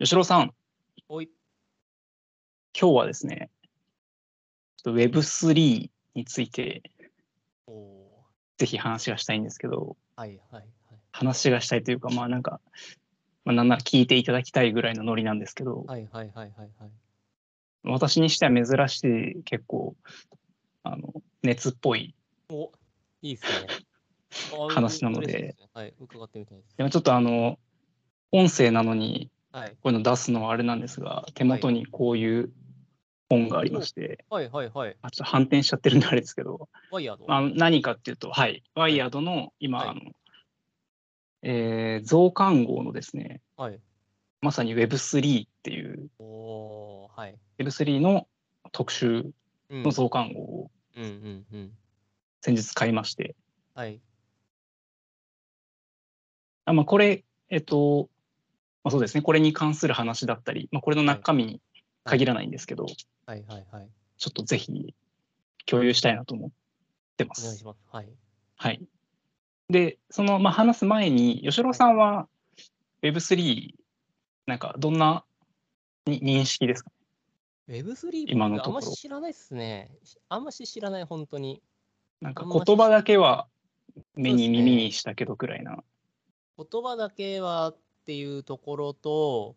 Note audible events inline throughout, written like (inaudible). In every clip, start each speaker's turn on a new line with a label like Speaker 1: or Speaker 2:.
Speaker 1: 吉郎さん。
Speaker 2: おい。
Speaker 1: 今日はですね、ちょっと Web3 について
Speaker 2: おお
Speaker 1: ぜひ話がしたいんですけど、
Speaker 2: ー。はいはい
Speaker 1: 話がしたいというか、まあなんか、まあ、なんなら聞いていただきたいぐらいのノリなんですけど、
Speaker 2: はい。はいはいはいはいはい。
Speaker 1: 私にしては珍しい結構、あの、熱っぽい。
Speaker 2: おいいですね。あ
Speaker 1: 話なので。
Speaker 2: 嬉しいすねはい、伺ってみたいです。
Speaker 1: でもちょっとあの、音声なのに
Speaker 2: はい
Speaker 1: こういうの出すのはあれなんですが、手元にこういう本がありまして、
Speaker 2: はいはいはい。
Speaker 1: あちょっと反転しちゃってるんであれですけど、
Speaker 2: ワイヤード。
Speaker 1: ま
Speaker 2: は
Speaker 1: あ、
Speaker 2: い
Speaker 1: 何かっていうと、はい、ワイヤードの今、
Speaker 2: はい
Speaker 1: あのえー増刊号のですね、。まさに Web3 っていう、
Speaker 2: おおーはい。
Speaker 1: Web3 の特集
Speaker 2: うん
Speaker 1: の増刊号を
Speaker 2: うんうんうん。
Speaker 1: 先日買いまして、
Speaker 2: はい。
Speaker 1: あまあ、これ、えっと、まあ、そうですね、これに関する話だったり、まあ、これの中身に限らないんですけど、ち
Speaker 2: はいはいはい。
Speaker 1: ょっとぜひ共有したいなと思ってま
Speaker 2: お願い
Speaker 1: す。
Speaker 2: します。はい。
Speaker 1: はい、で、その、まあ、話す前に、吉郎さんは Web3、なんかどんなに認識ですか
Speaker 2: Web3
Speaker 1: 今のところ
Speaker 2: あんま知らないっすね。しあんまし知らない、本当に。
Speaker 1: なんか
Speaker 2: あんまり
Speaker 1: 言葉だけは目に
Speaker 2: そうですね
Speaker 1: 耳にしたけどくらいな。
Speaker 2: 言葉だけはっていうところと、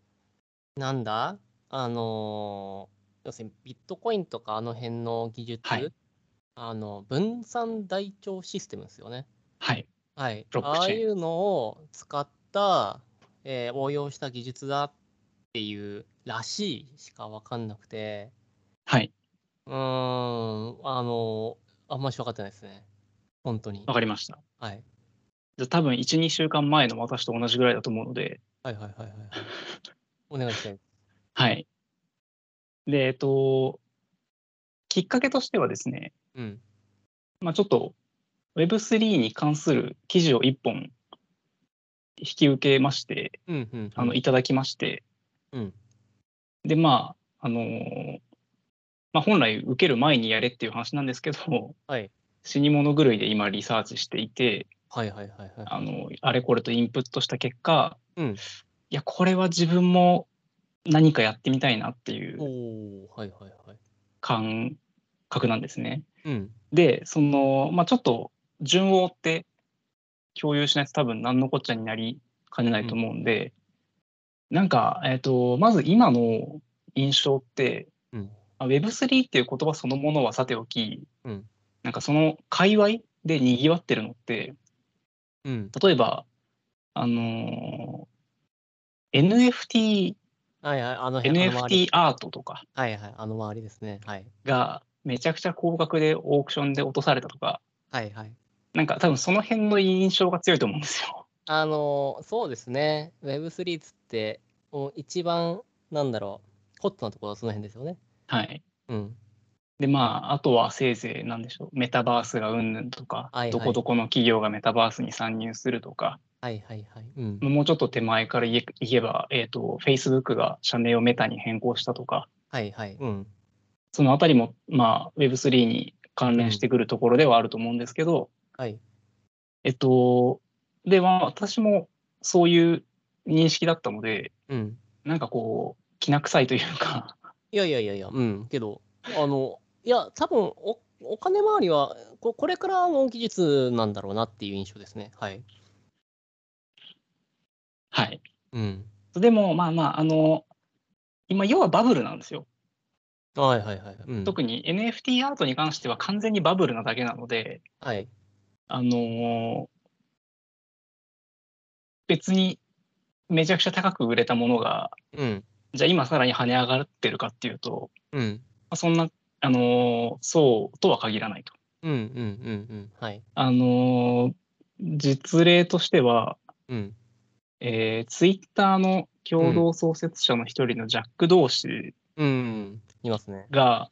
Speaker 2: なんだあのー要するにビットコインとかあの辺の技術、
Speaker 1: はい
Speaker 2: あの分散台帳システムですよね。
Speaker 1: はい。
Speaker 2: はい、
Speaker 1: ブロックチェーン
Speaker 2: ああいうのを使った、えー応用した技術だっていうらしいしか分かんなくて、
Speaker 1: はい。
Speaker 2: うーん、あのーあんまし分かってないですね。本当に。
Speaker 1: わかりました。
Speaker 2: はい、
Speaker 1: じゃあ多分1、2週間前の私と同じぐらいだと思うので、
Speaker 2: はいはいはいはいはい。お願いしたいです。
Speaker 1: はい。で、えっと、きっかけとしてはですね、
Speaker 2: うん。
Speaker 1: まあ、ちょっと Web3 に関する記事を1本引き受けまして、
Speaker 2: うんうんうん。
Speaker 1: あのいただきまして、
Speaker 2: うん
Speaker 1: で、まあ、あのーまあ、本来受ける前にやれっていう話なんですけど、 (laughs)
Speaker 2: はい
Speaker 1: 死に物狂いで今リサーチしていて、
Speaker 2: はいはいはいはい。
Speaker 1: あのあれこれとインプットした結果、
Speaker 2: うん
Speaker 1: いやこれは自分も何かやってみたいなっていう
Speaker 2: おおはいはいはい。
Speaker 1: 感覚なんですね。
Speaker 2: うん。
Speaker 1: でその、まあ、ちょっと順を追って共有しないと多分何のこっちゃになりかねないと思うんで、なんか、えっとまず今の印象って
Speaker 2: うん。
Speaker 1: あ Web3 っていう言葉そのものはさておき、
Speaker 2: うん
Speaker 1: なんかその界隈でにぎわってるのって
Speaker 2: うん。
Speaker 1: 例えば、あのー NFT、
Speaker 2: はいはい、あの辺。あの周
Speaker 1: NFT
Speaker 2: り
Speaker 1: アートとか
Speaker 2: はいはい、あの周りですね。はい。
Speaker 1: がめちゃくちゃ高額でオークションで落とされたとか、
Speaker 2: はいはい。
Speaker 1: なんか多分その辺の印象が強いと思うんですよ。 (laughs)
Speaker 2: あのー、そうですね。Web3 っつって、もう一番、なんだろう、ホットなところはその辺ですよね。
Speaker 1: はい。
Speaker 2: うん。
Speaker 1: で、まあ、あとはせいぜい、なんでしょう、メタバースがうんぬんとか、
Speaker 2: はいはい
Speaker 1: どこどこの企業がメタバースに参入するとか、
Speaker 2: はいはいはい。うん。
Speaker 1: もうちょっと手前から言え言えば、えっ、と、Facebook が社名をメタに変更したとか、
Speaker 2: はいはい。うん。
Speaker 1: そのあたりも、まあ、Web3 に関連してくるところではあると思うんですけど、
Speaker 2: はい。
Speaker 1: えっと、で、まあ私もそういう認識だったので、
Speaker 2: うん。
Speaker 1: なんかこう、きな臭いというか、 (laughs)
Speaker 2: いやいやいやいや、うん。けど、あの、いや、多分お、お金周りはこ、これからの技術なんだろうなっていう印象ですね。はい。
Speaker 1: はい。
Speaker 2: うん。
Speaker 1: でも、まあまあ、あの、今、要はバブルなんですよ。
Speaker 2: はいはいはい。うん、
Speaker 1: 特に NFT アートに関しては完全にバブルなだけなので、
Speaker 2: はい。
Speaker 1: あの別にめちゃくちゃ高く売れたものが、
Speaker 2: うん。
Speaker 1: じゃあ今さらに跳ね上がってるかっていうと、
Speaker 2: うん。
Speaker 1: まあそんな、あのそうとは限らないと。
Speaker 2: うんうんうんうん。はい。
Speaker 1: あの実例としては、
Speaker 2: うん。
Speaker 1: えー、ツイッターの共同創設者の一人のジャック・同士
Speaker 2: うん。いますね。
Speaker 1: が、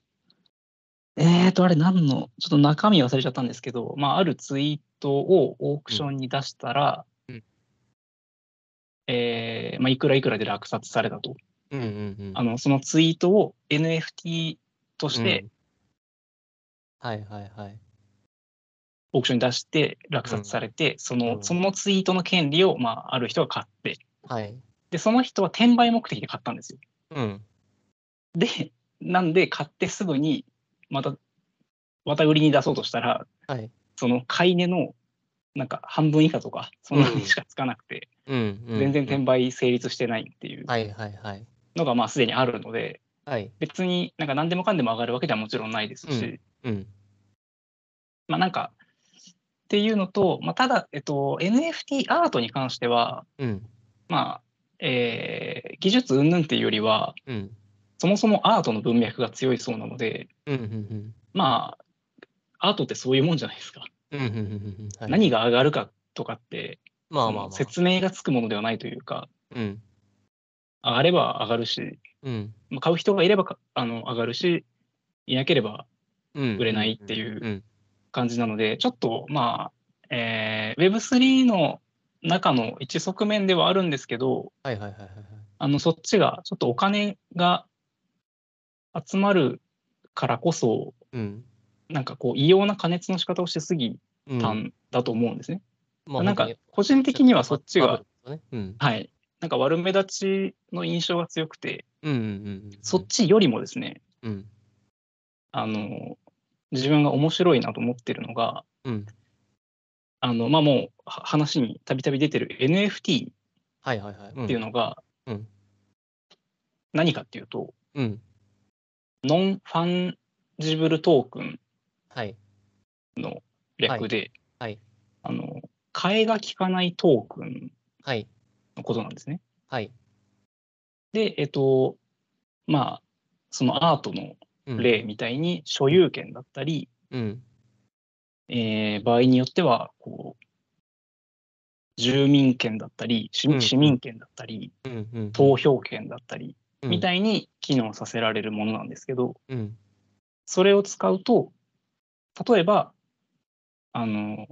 Speaker 1: えーと、あれ何の、ちょっと中身忘れちゃったんですけど、まあ、あるツイートをオークションに出したら、
Speaker 2: うん
Speaker 1: えーまあ、いくらいくらで落札されたと。
Speaker 2: うんうんうん。
Speaker 1: あの、そのツイートを NFT として
Speaker 2: うん、はいはいはい。
Speaker 1: オークションに出して落札されて、その、
Speaker 2: うん
Speaker 1: そのツイートの権利を、まあ、ある人が買って、
Speaker 2: はい。
Speaker 1: で、その人は転売目的で買ったんですよ。
Speaker 2: うん。
Speaker 1: で、なんで買ってすぐに、また、また売りに出そうとしたら、
Speaker 2: はい。
Speaker 1: その買い値の、なんか半分以下とか、そんなにしかつかなくて、
Speaker 2: うん、うん
Speaker 1: 全然転売成立してないっていう
Speaker 2: はいはいはい。
Speaker 1: のが、まあ、すでにあるので、
Speaker 2: はい。
Speaker 1: 別になんか何でもかんでも上がるわけではもちろんないですし、
Speaker 2: うん。
Speaker 1: まあなんか、っていうのと、まあ、ただ、えっと、NFT アートに関しては、
Speaker 2: うん。
Speaker 1: まあ、えー技術云々っていうよりは、
Speaker 2: うん。
Speaker 1: そもそもアートの文脈が強いそうなので、
Speaker 2: うん。うん。
Speaker 1: まあ、アートってそういうもんじゃないですか。
Speaker 2: うん。うん。うん。うん。はい
Speaker 1: 何が上がるかとかって、
Speaker 2: まあまあまあ。
Speaker 1: 説明がつくものではないというか、
Speaker 2: うん。
Speaker 1: 上がれば上がるし、
Speaker 2: うん。
Speaker 1: まあ、買う人がいればかあの上がるし、いなければ
Speaker 2: うん。
Speaker 1: 売れないっていう
Speaker 2: うん。
Speaker 1: 感じなので、ちょっとまあ、えー Web3 の中の一側面ではあるんですけど、
Speaker 2: はいはいはいはいはい。
Speaker 1: あのそっちがちょっとお金が集まるからこそ、
Speaker 2: うん。
Speaker 1: なんかこう、異様な加熱の仕方をしてすぎ
Speaker 2: うん
Speaker 1: たんだと思うんですね。
Speaker 2: まあ
Speaker 1: なんか
Speaker 2: 本当に、
Speaker 1: 個人的にはそっちが、
Speaker 2: バブルですよね。
Speaker 1: はい、なんか悪目立ちの印象が強くて、
Speaker 2: うん。うん。うんうん。うん
Speaker 1: そっ。ちよりもですね、
Speaker 2: うん。
Speaker 1: あの自分が面白いなと思ってるのが、
Speaker 2: うん。
Speaker 1: あのまあ、もうは話にたびたび出てる NFT っ
Speaker 2: はいはいはい。って
Speaker 1: いう。のが
Speaker 2: うんうん、
Speaker 1: 何かっていうと、
Speaker 2: うん。
Speaker 1: ノンファンジブルトークン
Speaker 2: はい。
Speaker 1: 略で、
Speaker 2: はいはい
Speaker 1: あの替えが利かないトークン
Speaker 2: はい。
Speaker 1: のことなんですね。
Speaker 2: はい。
Speaker 1: で、えっと、まあ、そのアートの
Speaker 2: うん。
Speaker 1: 例みたいに所有権だったり、
Speaker 2: うん。
Speaker 1: えー場合によってはこう住民権だったり市
Speaker 2: うん
Speaker 1: 市民権だったり
Speaker 2: うん。うん。
Speaker 1: 投票権だったり
Speaker 2: うん
Speaker 1: みたいに機能させられるものなんですけど
Speaker 2: うん。
Speaker 1: それを使うと例えばあの、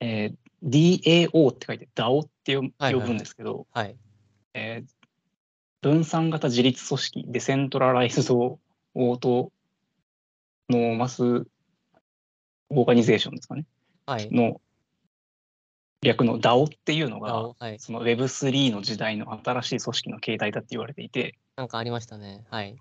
Speaker 1: えー DAO って書いて DAO って呼ぶ
Speaker 2: はいはい
Speaker 1: 呼
Speaker 2: はい
Speaker 1: ぶんですけど
Speaker 2: はい。
Speaker 1: 分散型自立組織デセントラライズドオートノーマスオーガニゼーションですかね
Speaker 2: はい。
Speaker 1: の略の DAO っていうの
Speaker 2: あ
Speaker 1: が、
Speaker 2: はい。
Speaker 1: その Web3 の時代の新しい組織の形態だって言われていて、
Speaker 2: なんかありましたね。はい。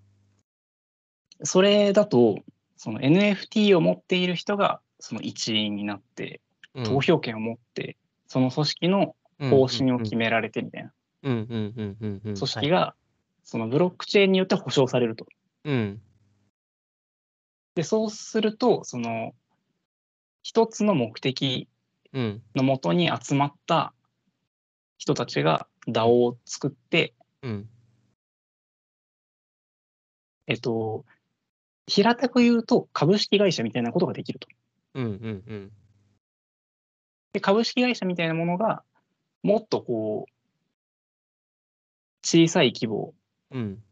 Speaker 1: それだと、その NFT を持っている人がその一員になって、
Speaker 2: うん
Speaker 1: 投票権を持って、その組織の方針を決められてみたいな、
Speaker 2: うんうんうんうんう
Speaker 1: 組
Speaker 2: ん。
Speaker 1: 織
Speaker 2: が。
Speaker 1: がそのブロックチェーンによって保証されると。
Speaker 2: うん。
Speaker 1: で、そうすると、その一つの目的
Speaker 2: うん。
Speaker 1: のもとに集まった人たちが DAO を作って、
Speaker 2: うん。
Speaker 1: えっと、平たく言うと株式会社みたいなことができると。
Speaker 2: うんうんうん。
Speaker 1: で株式会社みたいなものがもっとこう小さい規模
Speaker 2: うん。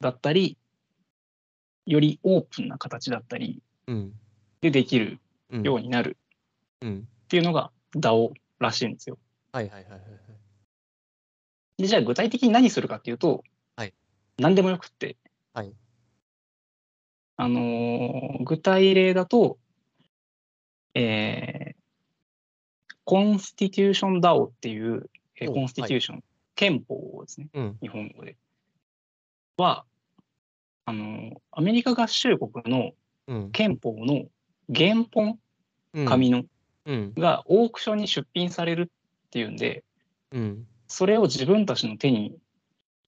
Speaker 1: だったりよりオープンな形だったり
Speaker 2: うん。
Speaker 1: でできる
Speaker 2: うん。
Speaker 1: ようになる
Speaker 2: うん。
Speaker 1: っていうのが DAO らしいんですよ。
Speaker 2: はいはいはいはいはい。
Speaker 1: でじゃあ具体的に何するかっていうと、
Speaker 2: はい
Speaker 1: 何でもよくって、
Speaker 2: はい
Speaker 1: あのー具体例だと、えーコンスティテューション DAO っていう、えー
Speaker 2: お
Speaker 1: コンスティテューション、憲法ですね、
Speaker 2: うん。
Speaker 1: 日本語で。は、あのーアメリカ合衆国の
Speaker 2: うん。
Speaker 1: 憲法の原本、
Speaker 2: うん。
Speaker 1: 紙の、
Speaker 2: うん。
Speaker 1: がオークションに出品されるっていうんで、
Speaker 2: うん。
Speaker 1: それを自分たちの手に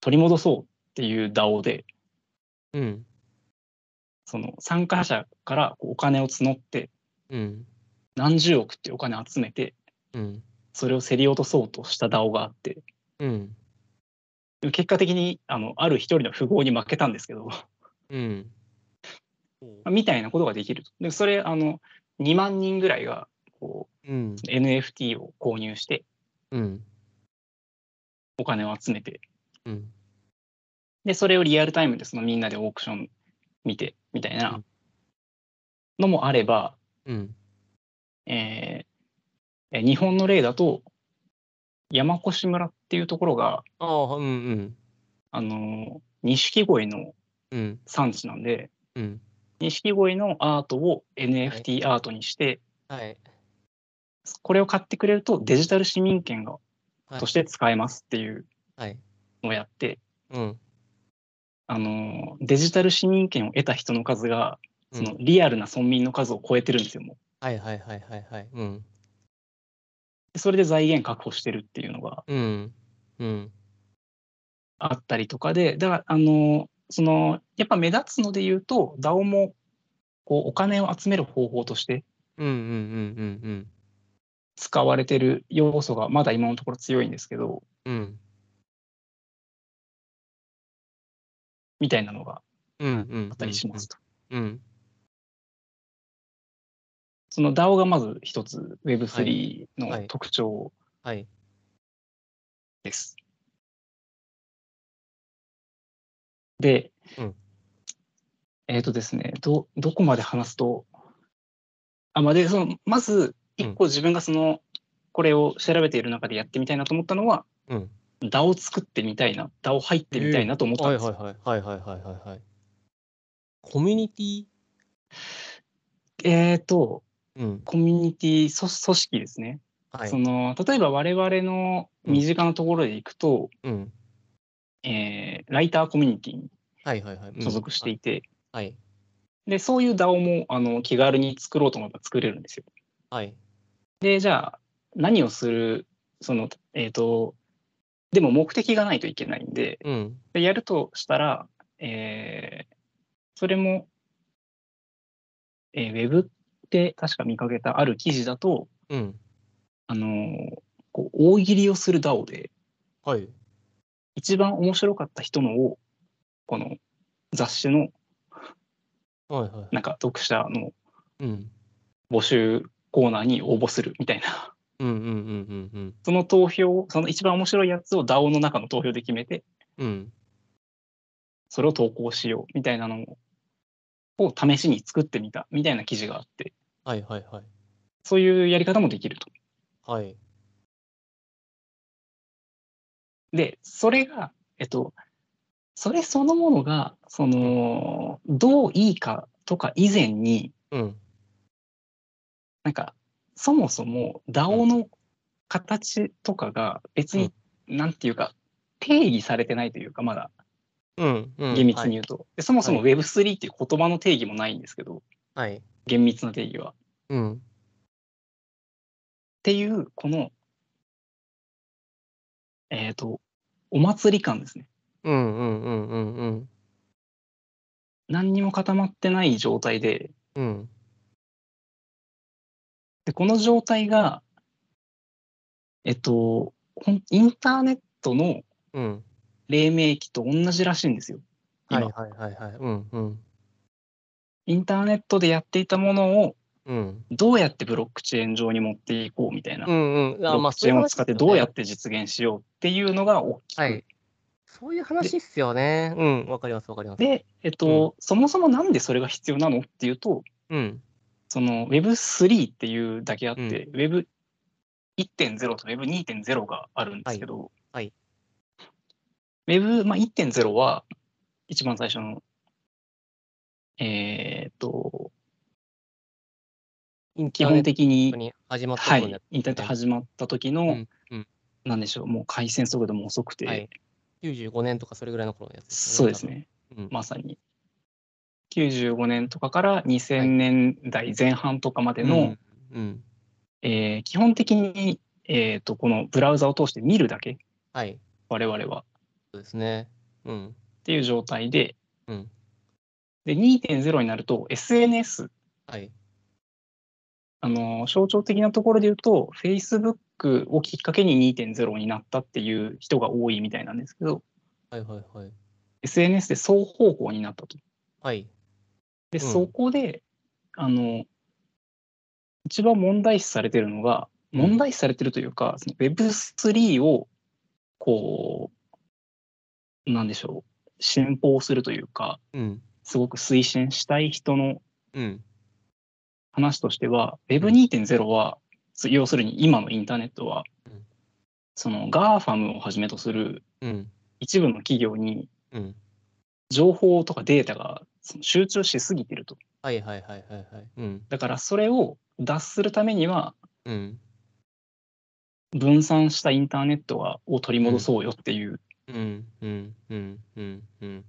Speaker 1: 取り戻そうっていう DAO で、
Speaker 2: うん。
Speaker 1: その参加者からこうお金を募って、
Speaker 2: うん。
Speaker 1: 何十億っていうお金集めて、
Speaker 2: うん。
Speaker 1: それを競り落とそうとした DAO があって、
Speaker 2: うん。
Speaker 1: 結果的にあのある一人の富豪に負けたんですけど、 (laughs)
Speaker 2: うん。
Speaker 1: みたいなことができると。で、それ、あの、2万人ぐらいがこ
Speaker 2: うん。
Speaker 1: う NFT を購入して、
Speaker 2: うん。
Speaker 1: お金を集めて、
Speaker 2: うん。
Speaker 1: で、それをリアルタイムでそのみんなでオークション見て、みたいうなんのもあれば、
Speaker 2: うん。
Speaker 1: えーえー日本の例だと山越村っていうところが、
Speaker 2: ああ、うんうん。
Speaker 1: あのー錦鯉の
Speaker 2: うん。
Speaker 1: 産地なんで
Speaker 2: うん。
Speaker 1: 錦鯉のアートを NFT アートにして、
Speaker 2: はい。
Speaker 1: これを買ってくれるとデジタル市民権が
Speaker 2: はい
Speaker 1: として使えますっていう
Speaker 2: はい。
Speaker 1: をやって、
Speaker 2: うん。
Speaker 1: あのデジタル市民権を得た人の数が
Speaker 2: うん
Speaker 1: そのリアルな村民の数を超えてるんですよもう
Speaker 2: はいはいはいはいはい。うん。
Speaker 1: でそれで財源確保してるっていうのが
Speaker 2: うん。うん。
Speaker 1: あったりとかでだからあのそのやっぱ目立つので言うと DAO もこうお金を集める方法として
Speaker 2: うんうんうんうん
Speaker 1: 使われてる要素がまだ今のところ強いんですけど
Speaker 2: うん。うん。
Speaker 1: みたいなのが
Speaker 2: うんうん。
Speaker 1: あったりしますと。
Speaker 2: うん。
Speaker 1: その DAO がまず一つ
Speaker 2: は
Speaker 1: Web3 の
Speaker 2: はい
Speaker 1: 特徴
Speaker 2: はい。
Speaker 1: です。で、
Speaker 2: うん
Speaker 1: えっ、とですねど、どこまで話すと、あまあ、でそのまず一個自分がその、これを調べている中でやってみたいなと思ったのは、
Speaker 2: うん。
Speaker 1: DAO 作ってみたいな、DAO 入ってみたいなと思ったん
Speaker 2: はい
Speaker 1: ですよ。
Speaker 2: はいはいはいはいはいはいはい。コミュニティ
Speaker 1: えっ、と、
Speaker 2: うん。
Speaker 1: コミュニティそ組織ですね。
Speaker 2: はい
Speaker 1: そ。の例えば我々の身近なところでいくと、
Speaker 2: うん。
Speaker 1: えーライターコミュニティに
Speaker 2: はいはいはい。うん
Speaker 1: 所属していて、
Speaker 2: はい。
Speaker 1: でそういう DAO もあの気軽に作ろうと思えば作れるんですよ。
Speaker 2: はい。
Speaker 1: でじゃあ何をするそのえっ、とでも目的がないといけないんで
Speaker 2: うん。
Speaker 1: でやるとしたら、えーそれも、えーウェブって確か見かけたある記事だと、
Speaker 2: うん。
Speaker 1: あのーこう大喜利をする DAO で
Speaker 2: はい。
Speaker 1: 一番面白かった人のをこの雑誌の
Speaker 2: はいは
Speaker 1: なんか読者の
Speaker 2: い。うん。
Speaker 1: 募集コーナーに応募するみたいな。
Speaker 2: うんうんうんうん
Speaker 1: その投票を、その一番面白いやつを DAO の中の投票で決めて、
Speaker 2: うん。うん。
Speaker 1: それを投稿しようみたいなのを試しに作ってみたみたいな記事があって、
Speaker 2: はいはいはい。
Speaker 1: そういうやり方もできると。
Speaker 2: はい。
Speaker 1: で、それが、えっと、それそのものが、その、どういいかとか以前に、
Speaker 2: うん。
Speaker 1: なんか、そもそも DAO の形とかが別に、なんていうか、定義されてないというか、まだ
Speaker 2: うん。うん
Speaker 1: 厳密に。言うと。でそもそも
Speaker 2: は
Speaker 1: Web3 っていう言葉の定義もないんですけど、
Speaker 2: はい。はい
Speaker 1: 厳密な定義は。っ
Speaker 2: うん。
Speaker 1: ていう、この、えっ、と、お祭り感ですね。
Speaker 2: うんうんうんうんうん。
Speaker 1: 何にも固まってない状態で、
Speaker 2: うん。
Speaker 1: でこの状態が、えっと、ほんインターネットの
Speaker 2: うん。
Speaker 1: 黎明期と同じらしいんですよ。
Speaker 2: はい
Speaker 1: 今
Speaker 2: はいはいはい。うんうん。
Speaker 1: インターネットでやっていたものを
Speaker 2: うん。
Speaker 1: どうやってブロックチェーン上に持っていこうみたいな、
Speaker 2: う
Speaker 1: ブ
Speaker 2: んうん。あ、
Speaker 1: ロ
Speaker 2: ま
Speaker 1: ッ
Speaker 2: あ、
Speaker 1: クチェーンを使ってどうや
Speaker 2: て
Speaker 1: って実現しようっていうのが大きく
Speaker 2: はい。そういう話っすよね。うん、わかります、わかります。
Speaker 1: で、えっと、そもそもなんでそれが必要なのっていうと、
Speaker 2: うん、
Speaker 1: その Web3 っていうだけあって、Web1.0 と Web2.0 があるんですけど、
Speaker 2: はい
Speaker 1: Web1.0、まあ、1.0は一番最初の、えーっと、
Speaker 2: イン
Speaker 1: 基
Speaker 2: ターネ
Speaker 1: 本
Speaker 2: ッ
Speaker 1: 的に
Speaker 2: ト、に始まった
Speaker 1: は
Speaker 2: 頃のや
Speaker 1: い、インターネット始まった時の、
Speaker 2: うんうん
Speaker 1: なんでしょう、もう回線速度も遅くて、
Speaker 2: はい95年とかそれぐらいの頃のやつ
Speaker 1: そうです。ね。
Speaker 2: 多分うん
Speaker 1: まさに。95年とかから2000年代前半とかまでの、
Speaker 2: うんうん、
Speaker 1: えー基本的に、えー、とこのブラウザを通して見るだけ
Speaker 2: はい、
Speaker 1: 我々はっ
Speaker 2: そうですね。うん、
Speaker 1: ていう状態で
Speaker 2: うん、
Speaker 1: で2.0になると SNS、
Speaker 2: はい、
Speaker 1: あのー象徴的なところで言うと Facebook をきっかけに2.0になったっていう人が多いみたいなんですけど
Speaker 2: はい、はい、はい。
Speaker 1: SNS で双方向になったと。
Speaker 2: はい、
Speaker 1: で
Speaker 2: うん
Speaker 1: そこで、あの一番問題視されてるのが
Speaker 2: うん
Speaker 1: 問題視されてるというか、その Web3 をこうなんでしょう信奉するというか
Speaker 2: うん、
Speaker 1: すごく推進したい人の
Speaker 2: うん、
Speaker 1: 話としては Web2.0 は、要するに今のインターネットは、
Speaker 2: うん
Speaker 1: その GAFAM をはじめとする
Speaker 2: うん、
Speaker 1: 一部の企業に
Speaker 2: うん、
Speaker 1: 情報とかデータがその集中しすぎてると。
Speaker 2: はい、はい、はい、はい、はい。うん、
Speaker 1: だからそれを脱するためには
Speaker 2: うん、
Speaker 1: 分散したインターネットはを取り戻そうよっていう
Speaker 2: うんうんうんうんうん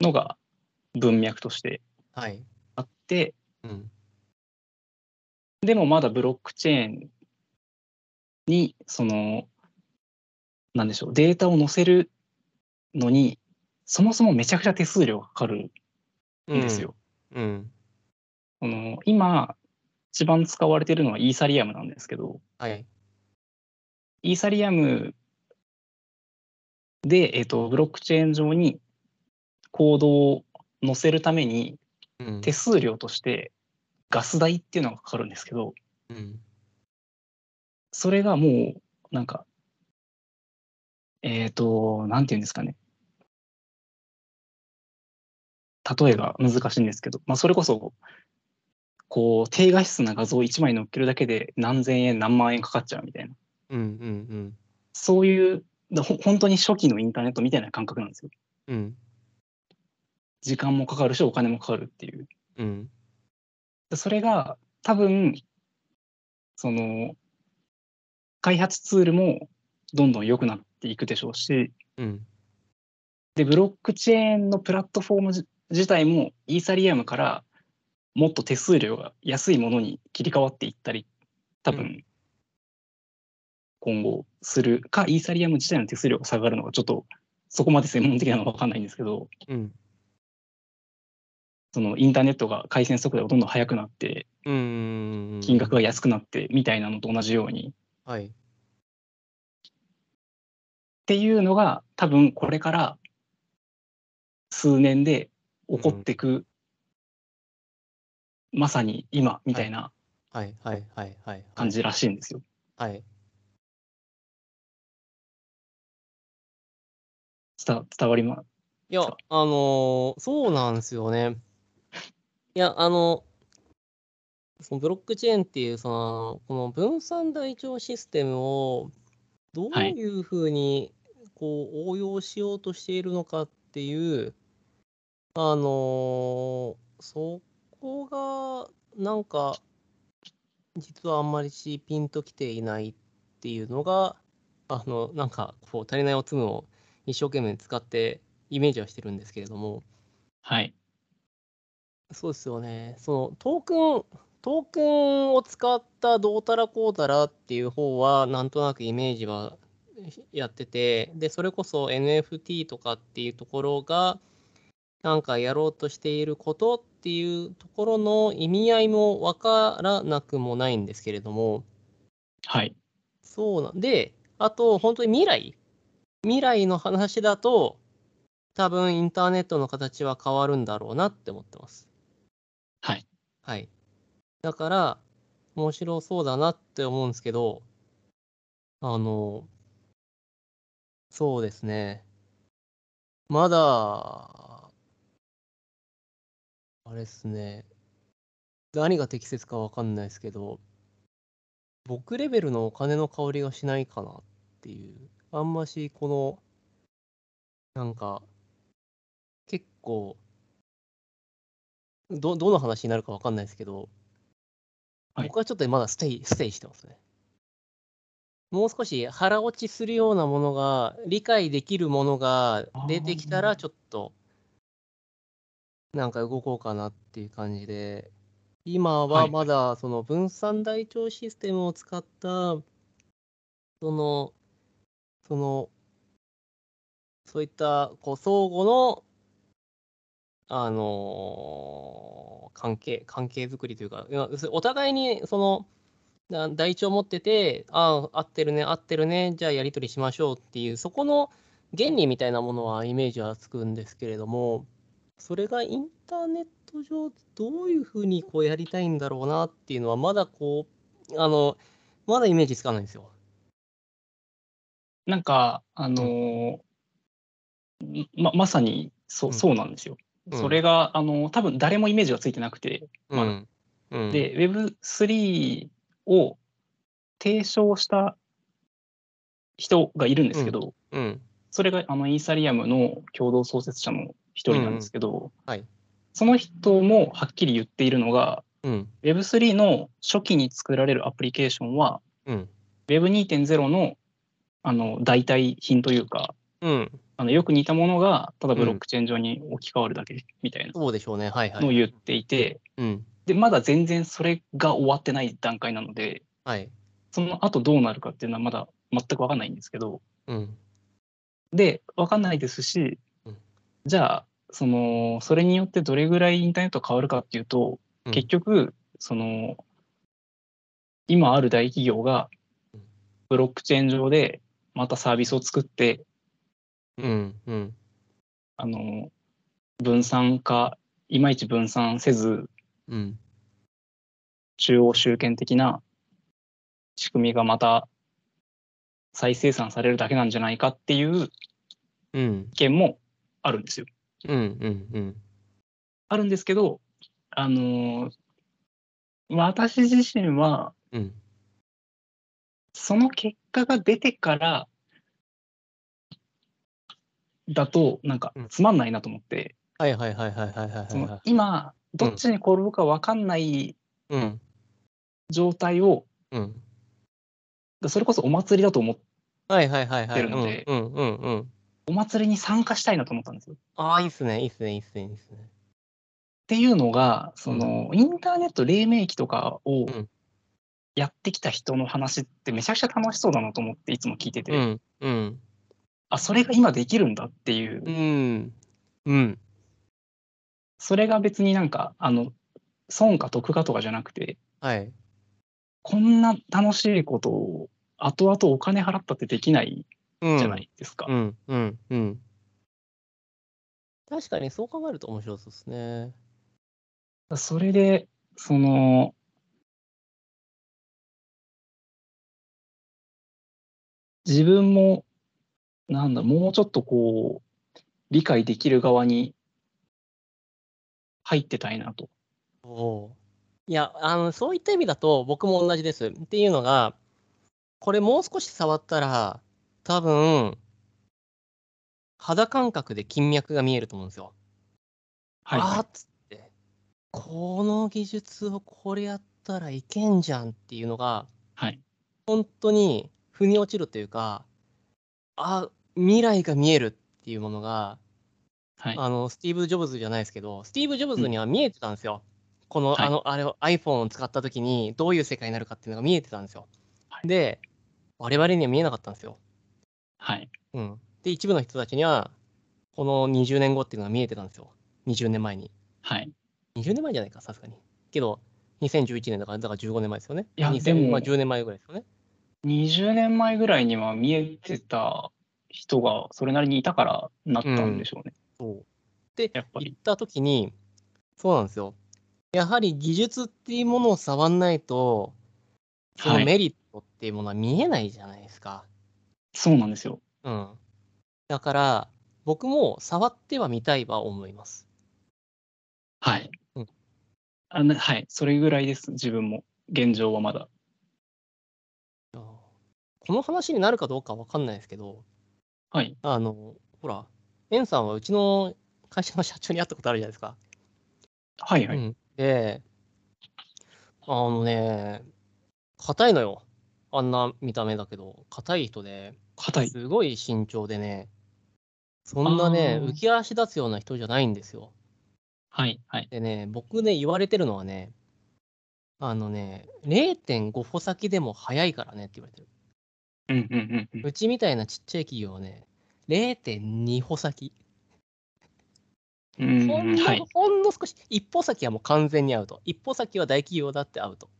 Speaker 1: のが文脈として
Speaker 2: はい
Speaker 1: あって、
Speaker 2: うん
Speaker 1: でもまだブロックチェーンに、その、なんでしょう、データを載せるのに、そもそもめちゃくちゃ手数料がかかるんですよ。
Speaker 2: うん
Speaker 1: その今、一番使われてるのはイーサリアムなんですけど、
Speaker 2: はい
Speaker 1: イーサリアムで、えっと、ブロックチェーン上に行動を載せるために、
Speaker 2: うん
Speaker 1: 手数料としてガス代っていうのがかかるんですけど、
Speaker 2: うん
Speaker 1: それがもう、なんか、えっ、と、なんていうんですかね。例えが難しいんですけど、まあ、それこそ、こう、低画質な画像1枚載っけるだけで何千円、何万円かかっちゃうみたいな、
Speaker 2: うんうん
Speaker 1: そういう、だほ本当に初期のインターネットみたいな感覚なんですよ。
Speaker 2: うんうん
Speaker 1: 時間もかかるし、お金もかかるっていう。
Speaker 2: うん
Speaker 1: でそれが多分その開発ツールもどんどん良くなっていくでしょうし
Speaker 2: うん
Speaker 1: でブロックチェーンのプラットフォームじ自体もイーサリアムからもっと手数料が安いものに切り替わっていったり多
Speaker 2: う
Speaker 1: 分今後するかイーサリアム自体の手数料が下がるのがちょっとそこまで専門的なのは分かんないんですけど
Speaker 2: うん
Speaker 1: そのインターネットが回線速度がどんどん速くなって
Speaker 2: うん
Speaker 1: 金額が安くなってみたいなのと同じように
Speaker 2: はい
Speaker 1: っていうのが多分これから数年で起こってく、まさに今みたいな
Speaker 2: はいはいはいはい
Speaker 1: 感じらしいんですよ。
Speaker 2: はい
Speaker 1: 伝伝わりま
Speaker 2: いや、
Speaker 1: そう
Speaker 2: あのーそうなんですよね。いや、あの、そのブロックチェーンっていう、その、この分散台帳システムを、どう
Speaker 1: はい
Speaker 2: いうふうに、こう、応用しようとしているのかっていう、あのーそこが、なんか、実はあんまりしピンときていないっていうのが、あの、なんか、こう、足りないおつむを一生懸命使って、イメージはしてるんですけれども、
Speaker 1: はい
Speaker 2: そうですよね、そのトークン、トークンを使ったどうたらこうたらっていう方は、なんとなくイメージはやってて、で、それこそ NFT とかっていうところが、なんかやろうとしていることっていうところの意味合いもわからなくもないんですけれども、
Speaker 1: はい
Speaker 2: そうなんで、あと、本当に未来、未来の話だと、多分インターネットの形は変わるんだろうなって思ってます。
Speaker 1: はい
Speaker 2: はい。だから、面白そうだなって思うんですけど、あの、そうですね。まだ、あれですね。何が適切かわかんないですけど、僕レベルのお金の香りがしないかなっていう、あんましこの、なんか、結構、ど、どの話になるかわかんないですけど、
Speaker 1: はい
Speaker 2: 僕はちょっとまだステイ、ステイしてますね。もう少し腹落ちするようなものが、理解できるものが出てきた
Speaker 1: あ
Speaker 2: ら、
Speaker 1: ー
Speaker 2: ちょっと、なんか動こうかなっていう感じで、今
Speaker 1: は
Speaker 2: はいまだその分散台帳システムを使ったそのそのそういったこう相互のあのー関係関係づくりというかいや要するにお互いにそのな台帳持っててああ合ってるね合ってるねじゃあやり取りしましょうっていうそこの原理みたいなものはイメージはつくんですけれどもそれがインターネット上どういうふうにこうやりたいんだろうなっていうのはまだこうあのまだイメージつかないんですよ。
Speaker 1: なんかあのーままさにそ
Speaker 2: うん
Speaker 1: うそうなんですよ。
Speaker 2: うん
Speaker 1: それがあの多分誰もイメージがついてなくて、まだ
Speaker 2: んうん、
Speaker 1: で Web3 を提唱した人がいるんですけど、
Speaker 2: うん、
Speaker 1: それがあのイーサリアムの共同創設者の一人なんですけど、
Speaker 2: はい
Speaker 1: その人もはっきり言っているのが
Speaker 2: うん、
Speaker 1: Web3 の初期に作られるアプリケーションは
Speaker 2: うん、
Speaker 1: Web2.0 のあの代替品というか
Speaker 2: うん。
Speaker 1: あのよく似たものがただブロックチェーン上に置き換わるだけみたいな
Speaker 2: そうでしょうね。はいはい。
Speaker 1: のを言っていて、
Speaker 2: うん。
Speaker 1: でまだ全然それが終わってない段階なので
Speaker 2: はい。
Speaker 1: その後どうなるかっていうのはまだ全く分かんないんですけど
Speaker 2: うん。
Speaker 1: で分かんないですし
Speaker 2: うん
Speaker 1: じゃあそのそれによってどれぐらいインターネットが変わるかっていうと
Speaker 2: うん
Speaker 1: 結局その今ある大企業が
Speaker 2: うん
Speaker 1: ブロックチェーン上でまたサービスを作って
Speaker 2: うん。うん。
Speaker 1: あの分散化いまいち分散せず
Speaker 2: うん。
Speaker 1: 中央集権的な仕組みがまた再生産されるだけなんじゃないかっていう
Speaker 2: うん。
Speaker 1: 意見もあるんですよ。
Speaker 2: うん。うん。うん。
Speaker 1: あるんですけど、あのー私自身は
Speaker 2: うん。
Speaker 1: その結果が出てからだとなんか
Speaker 2: うん
Speaker 1: つまんないなと思って、
Speaker 2: はいはいはいはいはいはい
Speaker 1: その
Speaker 2: はい。
Speaker 1: 今どっちに転ぶか分かんない
Speaker 2: うん。
Speaker 1: 状態を、
Speaker 2: うん。
Speaker 1: それこそお祭りだと思って
Speaker 2: はいはいはいはい。
Speaker 1: 出るので
Speaker 2: うん。うん。うん。うん。
Speaker 1: お祭りに参加したいなと思ったんですよ。っ
Speaker 2: ああ、いいっすね。いいっすね。いいっすね。いいっすね。
Speaker 1: ていうのがその、インターネット黎明期とかを
Speaker 2: うん
Speaker 1: やってきた人の話ってめちゃくちゃ楽しそうだなと思っていつも聞いてて、
Speaker 2: うん。うん。
Speaker 1: あそれが今できるんだっていう
Speaker 2: うん。うん。
Speaker 1: それが別になんかあの損か得かとかじゃなくて
Speaker 2: はい。
Speaker 1: こんな楽しいことを後々お金払ったってできない
Speaker 2: うん。
Speaker 1: じゃな。いですか。
Speaker 2: うん。うん。うん。確かにそう考えると面白そうですね。
Speaker 1: それでその自分もなんだもうちょっとこう理解できる側に入ってたいなと。
Speaker 2: おいやあのそういった意味だと僕も同じです。っていうのがこれもう少し触ったら多分肌感覚で金脈が見えると思うんですよ。
Speaker 1: はい
Speaker 2: あーっつってこの技術をこれやったらいけんじゃんっていうのが
Speaker 1: はい
Speaker 2: 本当に腑に落ちるというかあ未来が見えるっていうものが
Speaker 1: はい
Speaker 2: あのスティーブ・ジョブズじゃないですけど、スティーブ・ジョブズには見えてたんですよ。この,、
Speaker 1: はい
Speaker 2: あのあれを iPhone を使った時にどういう世界になるかっていうのが見えてたんですよ。
Speaker 1: はい
Speaker 2: で我々には見えなかったんですよ。
Speaker 1: はい
Speaker 2: うん、で一部の人たちにはこの20年後っていうのが見えてたんですよ。20年前に。
Speaker 1: はい。
Speaker 2: 20年前じゃないかさすがに。けど2011年だからだから15年前ですよね。
Speaker 1: いや
Speaker 2: 2000
Speaker 1: でも
Speaker 2: まあ、10年前ぐらいですよね。
Speaker 1: 20年前ぐらいには見えてた人がそれなりにいたからなったんでしょうね、
Speaker 2: そうで
Speaker 1: やっぱ
Speaker 2: 行
Speaker 1: り
Speaker 2: った時にそうなんですよやはり技術っていうものを触んないとその
Speaker 1: はい
Speaker 2: メリットっていうものは見えないじゃないですか、
Speaker 1: そうなんですよ
Speaker 2: うんだから僕も触ってはみたいは思います
Speaker 1: はい、
Speaker 2: うん
Speaker 1: あなはいそれぐらいです自分も現状はまだ
Speaker 2: この話になるかどうかわかんないですけど
Speaker 1: はい
Speaker 2: あのほらエンさんはうちの会社の社長に会ったことあるじゃないですか
Speaker 1: はいはい、
Speaker 2: うん、で、あのね、硬いのよ。あんな見た目だけど、硬い人で、
Speaker 1: 硬い
Speaker 2: すごい慎重でね、そんなね、
Speaker 1: あー
Speaker 2: 浮き足立つような人じゃないんですよ。
Speaker 1: はいはい
Speaker 2: でね、僕ね、言われてるのはね、あのね、0.5歩先でも早いからねって言われてる。
Speaker 1: うんうんうんうん
Speaker 2: うちみたいなちっちゃい企業はね、0.2歩先。
Speaker 1: うん
Speaker 2: ほん
Speaker 1: うん
Speaker 2: の、
Speaker 1: はい
Speaker 2: ほんの少し、一歩先はもう完全にアウト。一歩先は大企業だってアウト。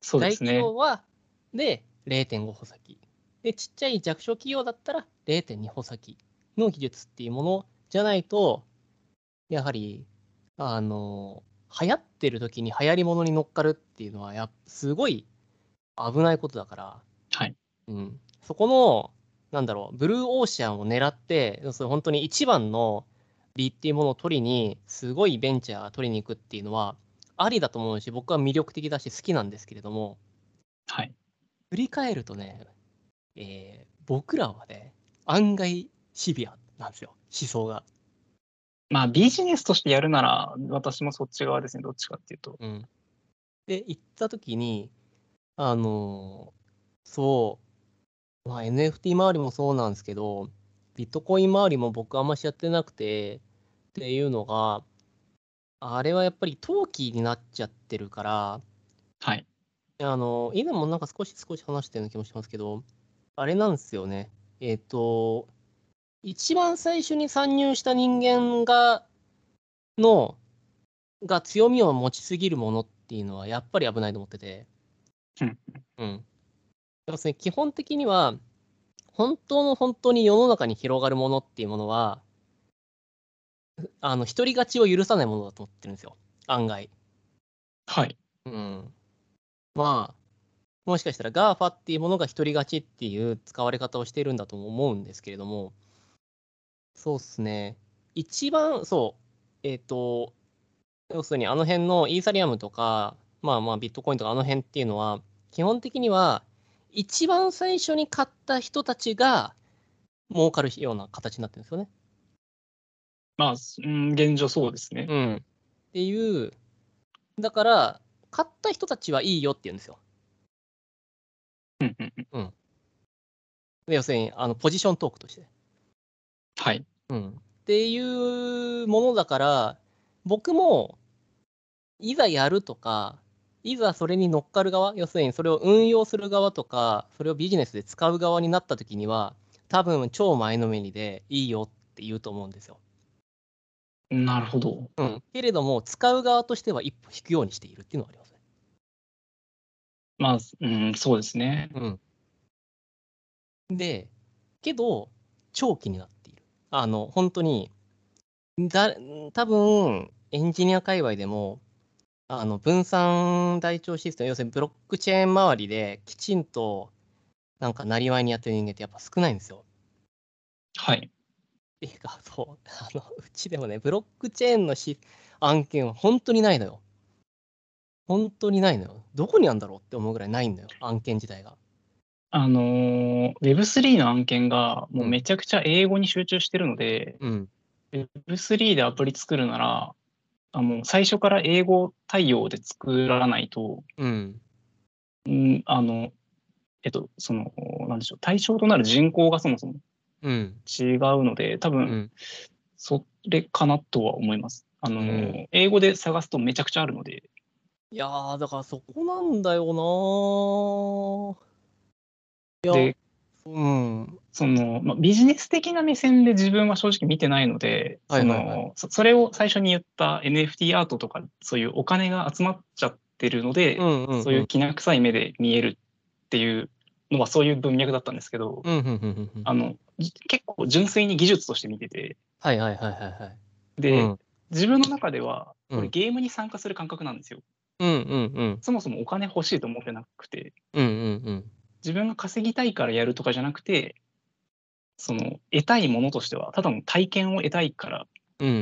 Speaker 1: そうで
Speaker 2: 大
Speaker 1: すね
Speaker 2: 企業はで0.5歩先でちっちゃい弱小企業だったら0.2歩先の技術っていうものじゃないとやはりあの流行ってる時に流行り物に乗っかるっていうのはやっすごい危ないことだから、
Speaker 1: はい
Speaker 2: うん、そこのなんだろうブルーオーシャンを狙って要するに本当に一番の利っていうものを取りにすごいベンチャー取りに行くっていうのはありだと思うし僕は魅力的だし好きなんですけれども
Speaker 1: はい
Speaker 2: 振り返るとね、えー僕らはね案外シビアなんですよ思想が、
Speaker 1: まあビジネスとしてやるなら私もそっち側ですねどっちかっていうと
Speaker 2: うんで行った時にあのーそう、まあ、NFT 周りもそうなんですけどビットコイン周りも僕あんましやってなくてっていうのがあれはやっぱり投機になっちゃってるから
Speaker 1: はい。
Speaker 2: あの以前もなんか少し少し話したような気もしますけどあれなんですよねえっ、と一番最初に参入した人間がのが強みを持ちすぎるものっていうのはやっぱり危ないと思ってて
Speaker 1: うん
Speaker 2: うん要するに基本的には本当の本当に世の中に広がるものっていうものはあの独り勝ちを許さないものだと思ってるんですよ案外
Speaker 1: はい。
Speaker 2: うんまあもしかしたら GAFA っていうものが独り勝ちっていう使われ方をしているんだとも思うんですけれどもそうっすね一番そうえっ、と要するにあの辺のイーサリアムとかまあまあビットコインとかあの辺っていうのは基本的には一番最初に買った人たちが儲かるような形になってるんですよね。
Speaker 1: まあ、うん、現状そうですね。
Speaker 2: うん、っていうだから買った人たちはいいよって言うんですよ。
Speaker 1: うんうんうん。
Speaker 2: で要するにあのポジショントークとして。
Speaker 1: はい。
Speaker 2: うん、っていうものだから僕もいざやるとかいざそれに乗っかる側要するにそれを運用する側とかそれをビジネスで使う側になった時には多分超前のめりでいいよって言うと思うんですよ。
Speaker 1: なるほど。
Speaker 2: うん、けれども使う側としては一歩引くようにしているっていうのはありますね。
Speaker 1: まあ、うん、そうですね。
Speaker 2: うん、でけど長期になっているあの本当にだ多分エンジニア界隈でもあの分散台帳システム要するにブロックチェーン周りできちんとなんかなりわいにやってる人間ってやっぱ少ないんですよ。
Speaker 1: はい。
Speaker 2: っていうかそうあのうちでもねブロックチェーンのし案件は本当にないのよ。本当にないのよ。どこにあるんだろうって思うぐらいないんだよ案件自体が。
Speaker 1: あのー、Web3 の案件がもう
Speaker 2: うん
Speaker 1: めちゃくちゃ英語に集中してるので、
Speaker 2: うん、
Speaker 1: Web3 でアプリ作るなら、あもう最初から英語対応で作らないと、
Speaker 2: うん、
Speaker 1: うん、あの、えっと、その、なんでしょう、対象となる人口がそもそも
Speaker 2: うん、
Speaker 1: 違うので、多
Speaker 2: う
Speaker 1: 分、
Speaker 2: ん。
Speaker 1: それかなとは思います。あの、
Speaker 2: うん
Speaker 1: 英語で探すとめちゃくちゃあるので、
Speaker 2: いやー、だからそこなんだよなー。いや
Speaker 1: で、
Speaker 2: うん、
Speaker 1: その、まあ、ビジネス的な目線で自分は正直見てないので、
Speaker 2: はい
Speaker 1: そ
Speaker 2: はいはい
Speaker 1: のそそれを最初に言った NFT アートとか、そういうお金が集まっちゃってるので
Speaker 2: う、ん、うん、
Speaker 1: そういうきな臭い目で見えるっていうのはそういう文脈だったんですけど、
Speaker 2: うん、うん、うん、うんうん。
Speaker 1: あのじ結構純粋に技術として見てて、
Speaker 2: はいはいはいはいはい。
Speaker 1: で、
Speaker 2: うん、
Speaker 1: 自分の中ではこ
Speaker 2: う
Speaker 1: れ
Speaker 2: ん
Speaker 1: ゲームに参加する感覚なんですよ。
Speaker 2: うん、うん、
Speaker 1: そもそもお金欲しいと思ってなくて、
Speaker 2: うん、うん、うん。
Speaker 1: 自分が稼ぎたいからやるとかじゃなくて、その得たいものとしては、ただの体験を得たいから
Speaker 2: うん、うん、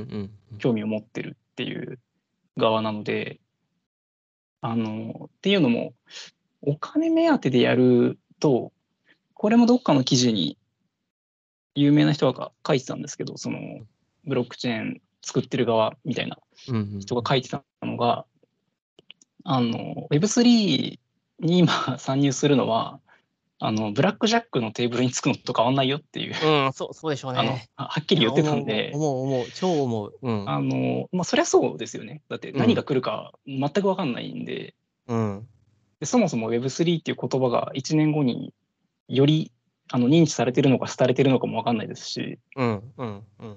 Speaker 2: うん。
Speaker 1: 興味を持ってるっていう側なので、あの、っていうのも、お金目当てでやると、これもどっかの記事に有名な人が書いてたんですけど、そのブロックチェーン作ってる側みたいな
Speaker 2: うんうん、
Speaker 1: 人が書いてたのが、あの、Web3 に今参入するのは、あの、ブラックジャックのテーブルにつくのと変わんないよっていう、
Speaker 2: うん、そう、そうでしょう
Speaker 1: あの
Speaker 2: ね。、
Speaker 1: ははっきり言ってたんで、
Speaker 2: 思う、思う、思う超思う。うん、
Speaker 1: あの、まあ、そりゃそうですよね。だって
Speaker 2: うん
Speaker 1: 何が来るか全く分かんないんで、
Speaker 2: うん、
Speaker 1: でそもそも Web3 っていう言葉が1年後によりあの認知されてるのか、廃れてるのかも分かんないですし、
Speaker 2: うん、うん、うん。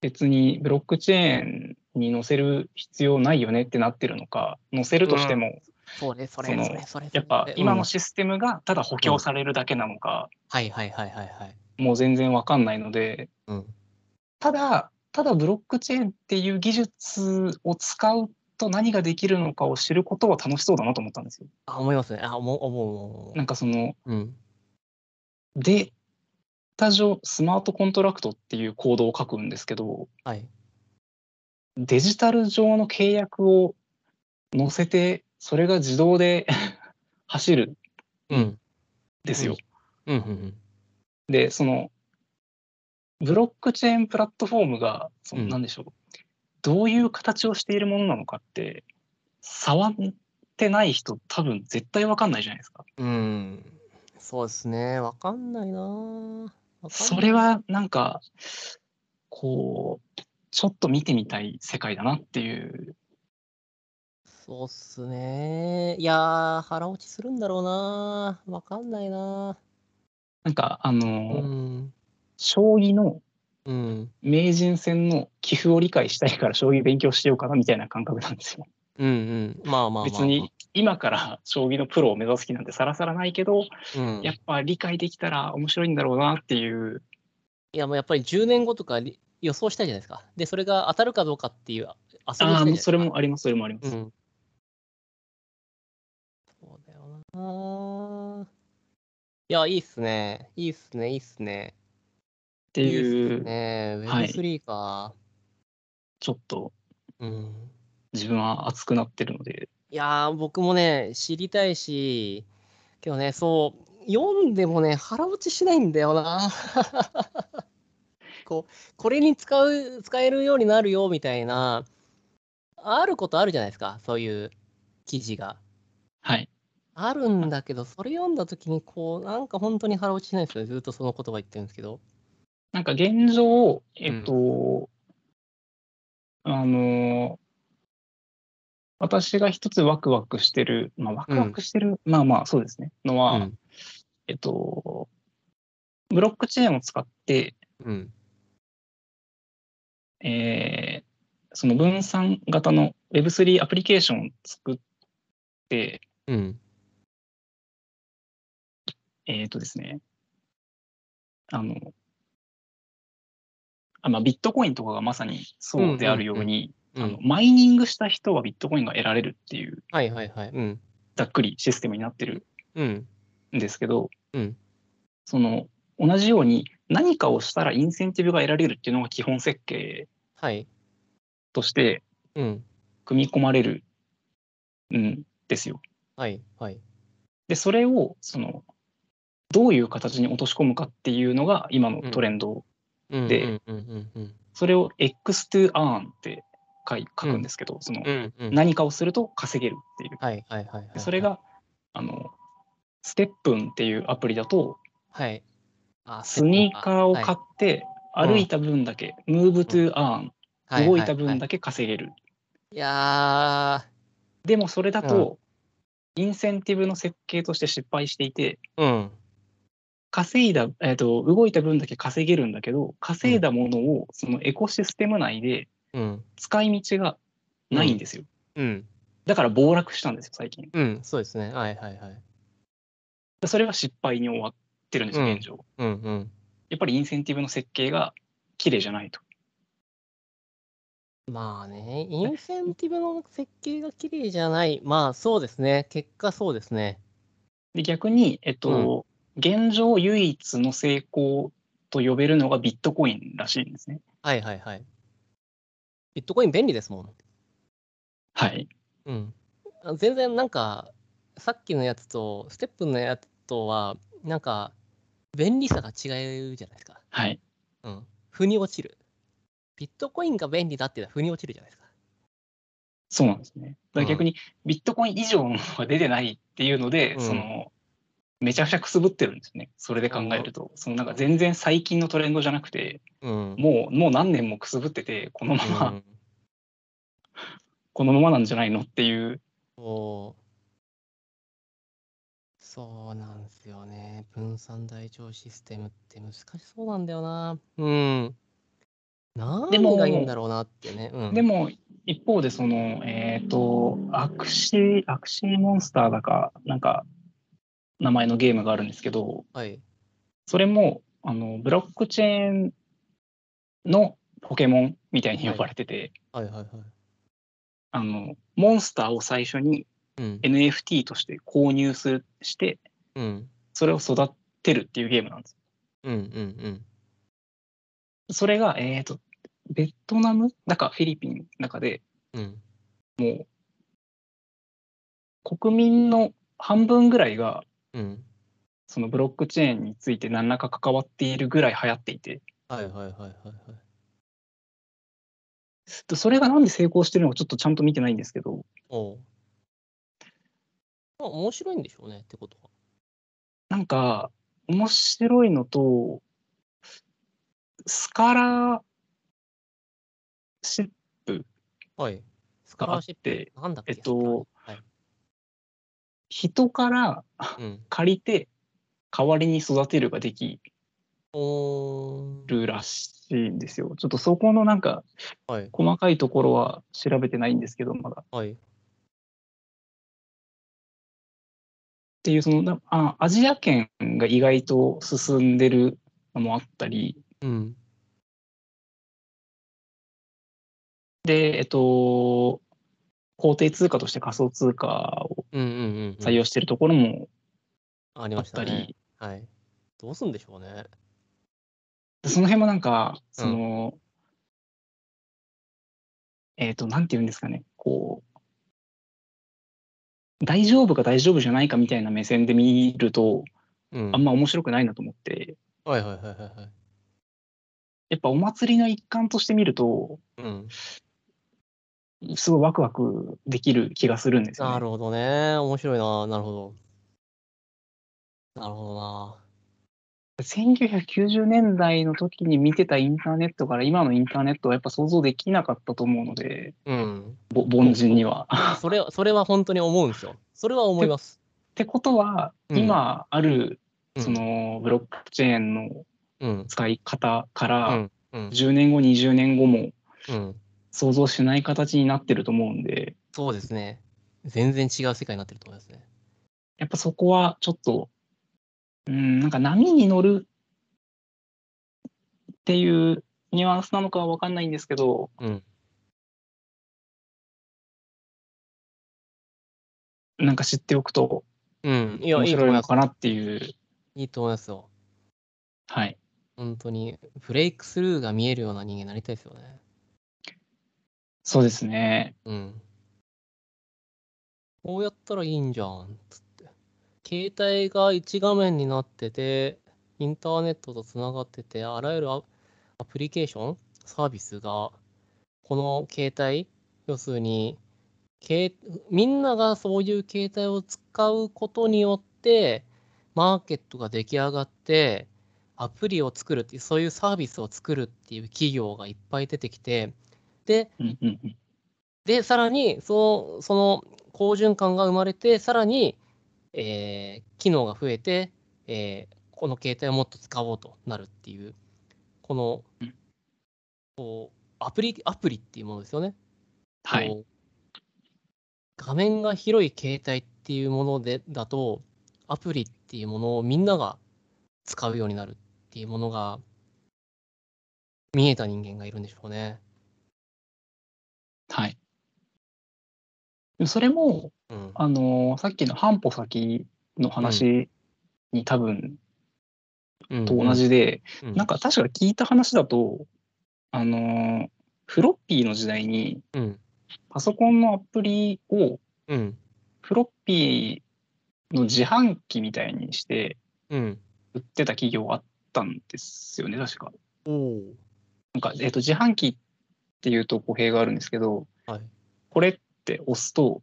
Speaker 1: 別にブロックチェーンに載せる必要ないよねってなってるのか、載せるとしても、
Speaker 2: それ、それ、
Speaker 1: その
Speaker 2: それ、それ。
Speaker 1: やっ
Speaker 2: そ
Speaker 1: ぱ
Speaker 2: れ
Speaker 1: 今の、システムがただ補強されるだけなのか、
Speaker 2: うんはいはいはいはいはい。
Speaker 1: もう全然分かんないので、
Speaker 2: うん、
Speaker 1: ただ、ただブロックチェーンっていう技術を使うと何ができるのかを知ることは楽しそうだなと思ったんですよ。
Speaker 2: あ、思いますね。あ、思う、思う、思う
Speaker 1: な。んかその、
Speaker 2: うん、
Speaker 1: で、タジオスマートコントラクトっていうコードを書くんですけど、
Speaker 2: はい。
Speaker 1: デジタル上の契約を載せて、それが自動で (laughs) 走るん
Speaker 2: うん、
Speaker 1: ですよ。
Speaker 2: うん、うん、
Speaker 1: で、その、ブロックチェーンプラットフォームが、その
Speaker 2: うん
Speaker 1: なんでしょう、どういう形をしているものなのかって、触ってない人、多分絶対わかんないじゃないですか。
Speaker 2: うん。そうですね。わかんないなぁ。わかんない
Speaker 1: それはなんか、こう、ちょっと見てみたい世界だなっていう。
Speaker 2: そうっすね。いやー、腹落ちするんだろうな。わかんないな。
Speaker 1: なんか、あ
Speaker 2: う
Speaker 1: の、
Speaker 2: ん。
Speaker 1: 将棋の
Speaker 2: うん。
Speaker 1: 名人戦の棋譜を理解したいから将棋勉強しようかなみたいな感覚なんですよ。
Speaker 2: うんうん。まあまあまあ、まあ。
Speaker 1: 別に。今から (laughs) 将棋のプロを目指す気なんてさらさらないけど、
Speaker 2: うん、
Speaker 1: やっぱ理解できたら面白いんだろうなっていう。
Speaker 2: いや、もうやっぱり10年後とかに予想したいじゃないですか。で、それが当たるかどうかっていう遊びをしたいじゃ
Speaker 1: あ
Speaker 2: ない
Speaker 1: あ、
Speaker 2: ですか。
Speaker 1: それもあります、それもありま
Speaker 2: う
Speaker 1: す。
Speaker 2: ん。そうだよな。いや、いいっすね。いいっすね、いいっすね。
Speaker 1: って
Speaker 2: いい
Speaker 1: い
Speaker 2: っす
Speaker 1: う、
Speaker 2: ね。
Speaker 1: はい
Speaker 2: Web3 か。
Speaker 1: ちょっと
Speaker 2: うん。
Speaker 1: 自分は熱くなってるので。
Speaker 2: いやー、僕もね、知りたいし、けどね、そう、読んでもね、腹落ちしないんだよな。 (laughs) こう、これに使う、使えるようになるよ、みたいな、あることあるじゃないですか、そういう記事が。
Speaker 1: はい。
Speaker 2: あるんだけど、それ読んだ時に、こう、なんか本当に腹落ちしないんですよね。ずっとその言葉言ってるんですけど。
Speaker 1: なんか現状、えっと、あの、私が一つワクワクしてる、まあワクワクしてる、まあまあそうですね、のは、
Speaker 2: うん。
Speaker 1: えっと、ブロックチェーンを使って、
Speaker 2: うん。
Speaker 1: えーその分散型の Web3 アプリケーションを作って、
Speaker 2: うん。
Speaker 1: えっ、とですね、あの、あまあ、ビットコインとかがまさにそうであるように、
Speaker 2: うん
Speaker 1: あのマイニングした人はビットコインが得られるっていう、
Speaker 2: はいはいはい。うん。
Speaker 1: ざっくりシステムになってる
Speaker 2: うん。
Speaker 1: んですけど、
Speaker 2: うん
Speaker 1: その、同じように何かをしたらインセンティブが得られるっていうのが基本設計
Speaker 2: はい。
Speaker 1: として
Speaker 2: うん。
Speaker 1: 組み込まれるんですよ。
Speaker 2: はいはい。
Speaker 1: で、それを、その、どういう形に落とし込むかっていうのが今のトレンド
Speaker 2: うん。
Speaker 1: で
Speaker 2: うんうんうん
Speaker 1: それを X to earn って書い書くんですけど、その
Speaker 2: うん。うんうん。
Speaker 1: 何かをすると稼げるっていう。
Speaker 2: はいはいはいはいは
Speaker 1: で
Speaker 2: い。
Speaker 1: それが、あの、ステップンっていうアプリだと、
Speaker 2: はい。あ
Speaker 1: スニーカーを買
Speaker 2: っ
Speaker 1: って、
Speaker 2: はい
Speaker 1: 歩いた分だけ、ムーブ to earn、動いた分だけ稼げる。
Speaker 2: け。いや
Speaker 1: でもそれだと、インセンティブの設計として失敗していて、
Speaker 2: ー、うん。
Speaker 1: 稼いだ、えっと動いた分だけ稼げるんだけど、稼いだものをそのエコシステム内で
Speaker 2: うん。
Speaker 1: 使い道がないんですよ。
Speaker 2: うん。
Speaker 1: だから暴落したんですよ、最近。
Speaker 2: うん。そうですね。はいはいはい。
Speaker 1: それは失敗に終わってるんです
Speaker 2: う
Speaker 1: よ、
Speaker 2: ん
Speaker 1: 現状。
Speaker 2: うんうん。
Speaker 1: やっぱりインセンティブの設計が綺麗じゃないと。
Speaker 2: まあね、インセンティブの設計が綺麗じゃない。まあそうですね。結果そうですね。
Speaker 1: で逆に、えっと、現状唯一の成功と呼べるのがビットコインらしいんですね。
Speaker 2: はいはいはい。ビットコイン便利ですもん。
Speaker 1: はい。
Speaker 2: うん。あ全然なんか、さっきのやつと、ステップのやつとは、なんか、便利さが違うじゃないですか。
Speaker 1: はい。
Speaker 2: うん。腑に落ちる。ビットコインが便利だっていうのは腑に落ちるじゃないですか。
Speaker 1: そうなんですね。だから逆に、ビットコイン以上のものが出てないっていうので、
Speaker 2: うん
Speaker 1: その、めちゃくちゃくすぶってるんですね。それで考えると。そのなんか全然最近のトレンドじゃなくて、
Speaker 2: うん。
Speaker 1: もう、もう何年もくすぶってて、このまま、
Speaker 2: うん
Speaker 1: このままなんじゃないのっていう。
Speaker 2: そうそうなんですよね。分散台帳システムって難しそうなんだよな。うん。
Speaker 1: でも
Speaker 2: 何がいいんだろうなってね。うん、
Speaker 1: でも一方でそのえっ、とアクシアクシーモンスターだかなんか名前のゲームがあるんですけど
Speaker 2: はい。
Speaker 1: それもあのブロックチェーンのポケモンみたいに呼ばれてて、
Speaker 2: はいはいはい。
Speaker 1: あのモンスターを最初に
Speaker 2: うん。
Speaker 1: NFT として購入するして
Speaker 2: うん。
Speaker 1: それを育てるっていうゲームなんです
Speaker 2: うんうん
Speaker 1: それがえっ、とベトナムだかフィリピンだかで
Speaker 2: うん。うん。
Speaker 1: 国民の半分ぐらいが
Speaker 2: うん。
Speaker 1: そのブロックチェーンについて何らか関わっているぐらい流行っていて、
Speaker 2: はいはいはいはいはい。
Speaker 1: でそれがなんで成功してるのかちょっとちゃんと見てないんですけど、
Speaker 2: おう。まあ面白いんでしょうねってことは。
Speaker 1: なんか面白いのと、スカラシッ
Speaker 2: はい。ス
Speaker 1: プ
Speaker 2: カ
Speaker 1: があ
Speaker 2: ラ
Speaker 1: っ
Speaker 2: シップ。
Speaker 1: て、
Speaker 2: なんだっけ
Speaker 1: えっと、
Speaker 2: スカラ
Speaker 1: 人から
Speaker 2: はい。うん。
Speaker 1: 借りて代わりに育てるができ
Speaker 2: おー
Speaker 1: るらしいんですよ。ちょっとそこのなんか
Speaker 2: はい。
Speaker 1: 細かいところは調べてないんですけど、まだ。っ
Speaker 2: はい。
Speaker 1: ていう、そのなあ、アジア圏が意外と進んでるのもあったり、
Speaker 2: うん。
Speaker 1: で、えっと、法定通貨として仮想通貨を
Speaker 2: うんうんうん、うん。
Speaker 1: 採用してるところも
Speaker 2: あり
Speaker 1: あ
Speaker 2: ま
Speaker 1: っ
Speaker 2: した
Speaker 1: たり、
Speaker 2: ね。はい。どうすんでしょうね。
Speaker 1: でその辺もなんか、その、えっ、と、なんて言うんですかね、こう、大丈夫か大丈夫じゃないかみたいな目線で見ると、
Speaker 2: うん。
Speaker 1: あんま面白くないなと思って、
Speaker 2: はいはいはいはいはい。
Speaker 1: やっぱお祭りの一環として見ると、
Speaker 2: うん。
Speaker 1: すごいワクワクできる気がするんですよ、ね。
Speaker 2: なるほどね。面白いな。なるほど。なるほどな。
Speaker 1: 1990年代の時に見てたインターネットから今のインターネットはやっぱ想像できなかったと思うので、
Speaker 2: うん。
Speaker 1: ぼ凡人には。
Speaker 2: それ、それは本当に思うんですよ。それは思います。
Speaker 1: ってことは、
Speaker 2: うん
Speaker 1: 今ある
Speaker 2: うん
Speaker 1: そ、のブロックチェーンの
Speaker 2: うん。
Speaker 1: 使い方か
Speaker 2: う
Speaker 1: ら
Speaker 2: ん。うん。
Speaker 1: 10年後20年後も
Speaker 2: うん。
Speaker 1: 想像しない形になってると思うんで
Speaker 2: そうですね。全然違う世界になってると思いますね。
Speaker 1: やっぱそこはちょっとうんなんか波に乗るっていうニュアンスなのかは分かんないんですけど
Speaker 2: うん。
Speaker 1: なんか知っておくと
Speaker 2: うん。いや、
Speaker 1: 面
Speaker 2: いいと
Speaker 1: 白い
Speaker 2: 思いま
Speaker 1: の
Speaker 2: す。
Speaker 1: かなっていう
Speaker 2: いいと思いますよ。
Speaker 1: はい
Speaker 2: 本当に、ブレイクスルーが見えるような人間になりたいですよね。
Speaker 1: そうですね
Speaker 2: うん。こうやったらいいんじゃん、つって。携帯が一画面になってて、インターネットとつながってて、あらゆるアアプリケーション、サービスが、この携帯、要するに、携みんながそういう携帯を使うことによって、マーケットが出来上がって、アプリを作るっていう、そういうサービスを作るっていう企業がいっぱい出てきて、で、
Speaker 1: うんうんうん
Speaker 2: で、さらにその、その好循環が生まれて、さらに、えー機能が増えて、えーこの携帯をもっと使おうとなるっていう、この、こうアプリ、アプリっていうものですよね。
Speaker 1: はい
Speaker 2: こう画面が広い携帯っていうものでだと、アプリっていうものをみんなが使うようになるっていうものが、見えた人間がいるんでしょうね。
Speaker 1: はいでもそれも
Speaker 2: うん。
Speaker 1: あのさっきの半歩先の話に多分
Speaker 2: うん
Speaker 1: と同、じで、
Speaker 2: うん
Speaker 1: なん、か確か聞いた話だと、あのーフロッピーの時代に
Speaker 2: うん。
Speaker 1: パソコンのアプリを
Speaker 2: うん。
Speaker 1: フロッピーの自販機みたいにして
Speaker 2: うん。
Speaker 1: 売ってた企業があったんですよね、確か。
Speaker 2: おお。
Speaker 1: なんか、えっと自販機っていうと語弊があるんですけど、
Speaker 2: はい。
Speaker 1: これって押すと、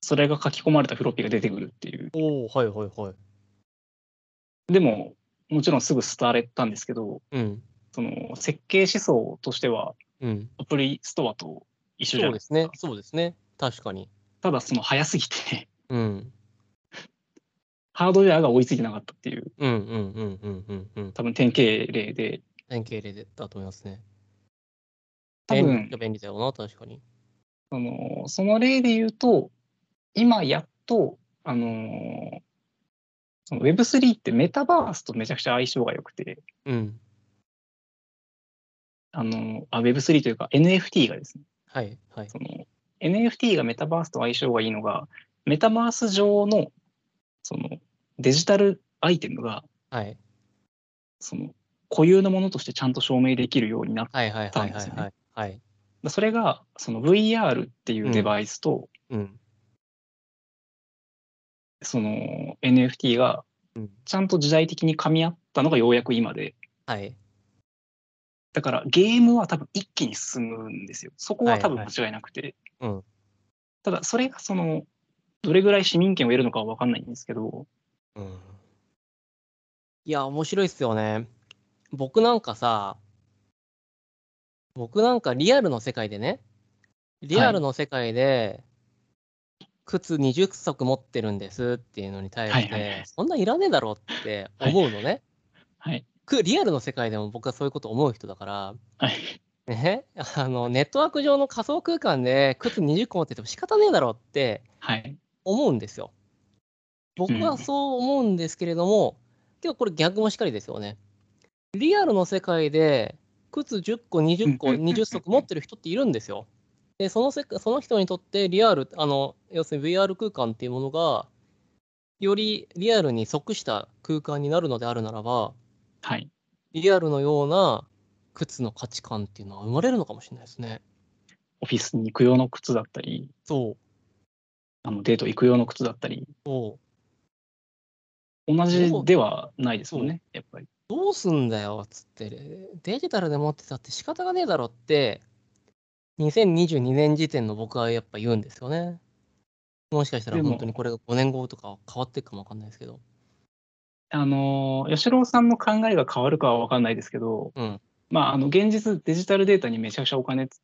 Speaker 1: それが書き込まれたフロッピーが出てくるっていう。
Speaker 2: おお、はいはいはい。
Speaker 1: でも、もちろんすぐ廃れたんですけど、
Speaker 2: うん。
Speaker 1: その設計思想としては
Speaker 2: うん。
Speaker 1: アプリストアと一緒じゃ
Speaker 2: そ
Speaker 1: な
Speaker 2: う
Speaker 1: いで
Speaker 2: です
Speaker 1: か
Speaker 2: すね。そうですね。確かに。
Speaker 1: ただその早すぎて (laughs)
Speaker 2: うん。
Speaker 1: ハードウェアが追いついてなかったっていう
Speaker 2: うんうんうんうんうんうん。
Speaker 1: 多分典型例で
Speaker 2: 典型例だと思いますね。
Speaker 1: 多
Speaker 2: 便利
Speaker 1: 分
Speaker 2: 便利だよな、確かに。
Speaker 1: そのその例で言うと今やっとあのーその Web3 ってメタバースとめちゃくちゃ相性が良くて
Speaker 2: うん。
Speaker 1: あのーあ Web3 というか NFT がですね
Speaker 2: はいはい。
Speaker 1: その NFT がメタバースと相性がいいのがメタバース上のそのデジタルアイテムが
Speaker 2: はい
Speaker 1: その固有のものとしてちゃんと証明できるようになっ
Speaker 2: はいはい
Speaker 1: た
Speaker 2: は
Speaker 1: ん
Speaker 2: い
Speaker 1: で
Speaker 2: は
Speaker 1: す
Speaker 2: い
Speaker 1: よ
Speaker 2: はい
Speaker 1: ね。
Speaker 2: はい。
Speaker 1: でそれがその VR っていうデバイスと、
Speaker 2: うん。
Speaker 1: その NFT が
Speaker 2: うん
Speaker 1: ちゃんと時代的に噛み合ったのがようやく今で
Speaker 2: はい。
Speaker 1: だからゲームは多分一気に進むんですよそこは多分間違いなくて、
Speaker 2: はいうん
Speaker 1: ただそれがそのどれぐらい市民権を得るのかは分かんないんですけど
Speaker 2: うん。いや、面白いっすよね。僕なんかさ、僕なんかリアルの世界でね、リアルの世界で、靴20足持ってるんですっていうのに対して、
Speaker 1: はいはいはい
Speaker 2: そんないらねえだろって思うのね。
Speaker 1: はい。
Speaker 2: くリアルの世界でも僕はそういうこと思う人だから、
Speaker 1: はい。
Speaker 2: ね、あのネットワーク上の仮想空間で靴20個持ってても仕方ねえだろって
Speaker 1: はい。
Speaker 2: 思うんですよ。僕
Speaker 1: う
Speaker 2: は
Speaker 1: ん
Speaker 2: そう思うんですけれども、けどこれ逆もしかりですよね。リアルの世界で靴10個、20個、
Speaker 1: うんうんうんうん
Speaker 2: 20足持ってる人っているんですよ。で、そのせその人にとってリアル、あの要するに VR 空間っていうものが、よりリアルに即した空間になるのであるならば、
Speaker 1: はい。
Speaker 2: リアルのような靴の価値観っていうのは生まれるのかもしれないですね。
Speaker 1: オフィスに行く用の靴だったり、
Speaker 2: そう。
Speaker 1: あのデート行く用の靴だったり、
Speaker 2: そう
Speaker 1: 同じではないですもんね、やっぱり。
Speaker 2: どうすんだよっつってデジタルで持ってたって仕方がねえだろって2022年時点の僕はやっぱ言うんですよねもしかしたら
Speaker 1: でも
Speaker 2: 本当にこれが5年後とか変わっていくかもわかんないですけど
Speaker 1: あの、吉郎さんの考えが変わるかは分かんないですけど、
Speaker 2: うん
Speaker 1: まあ、あの、現実デジタルデータにめちゃくちゃお金つ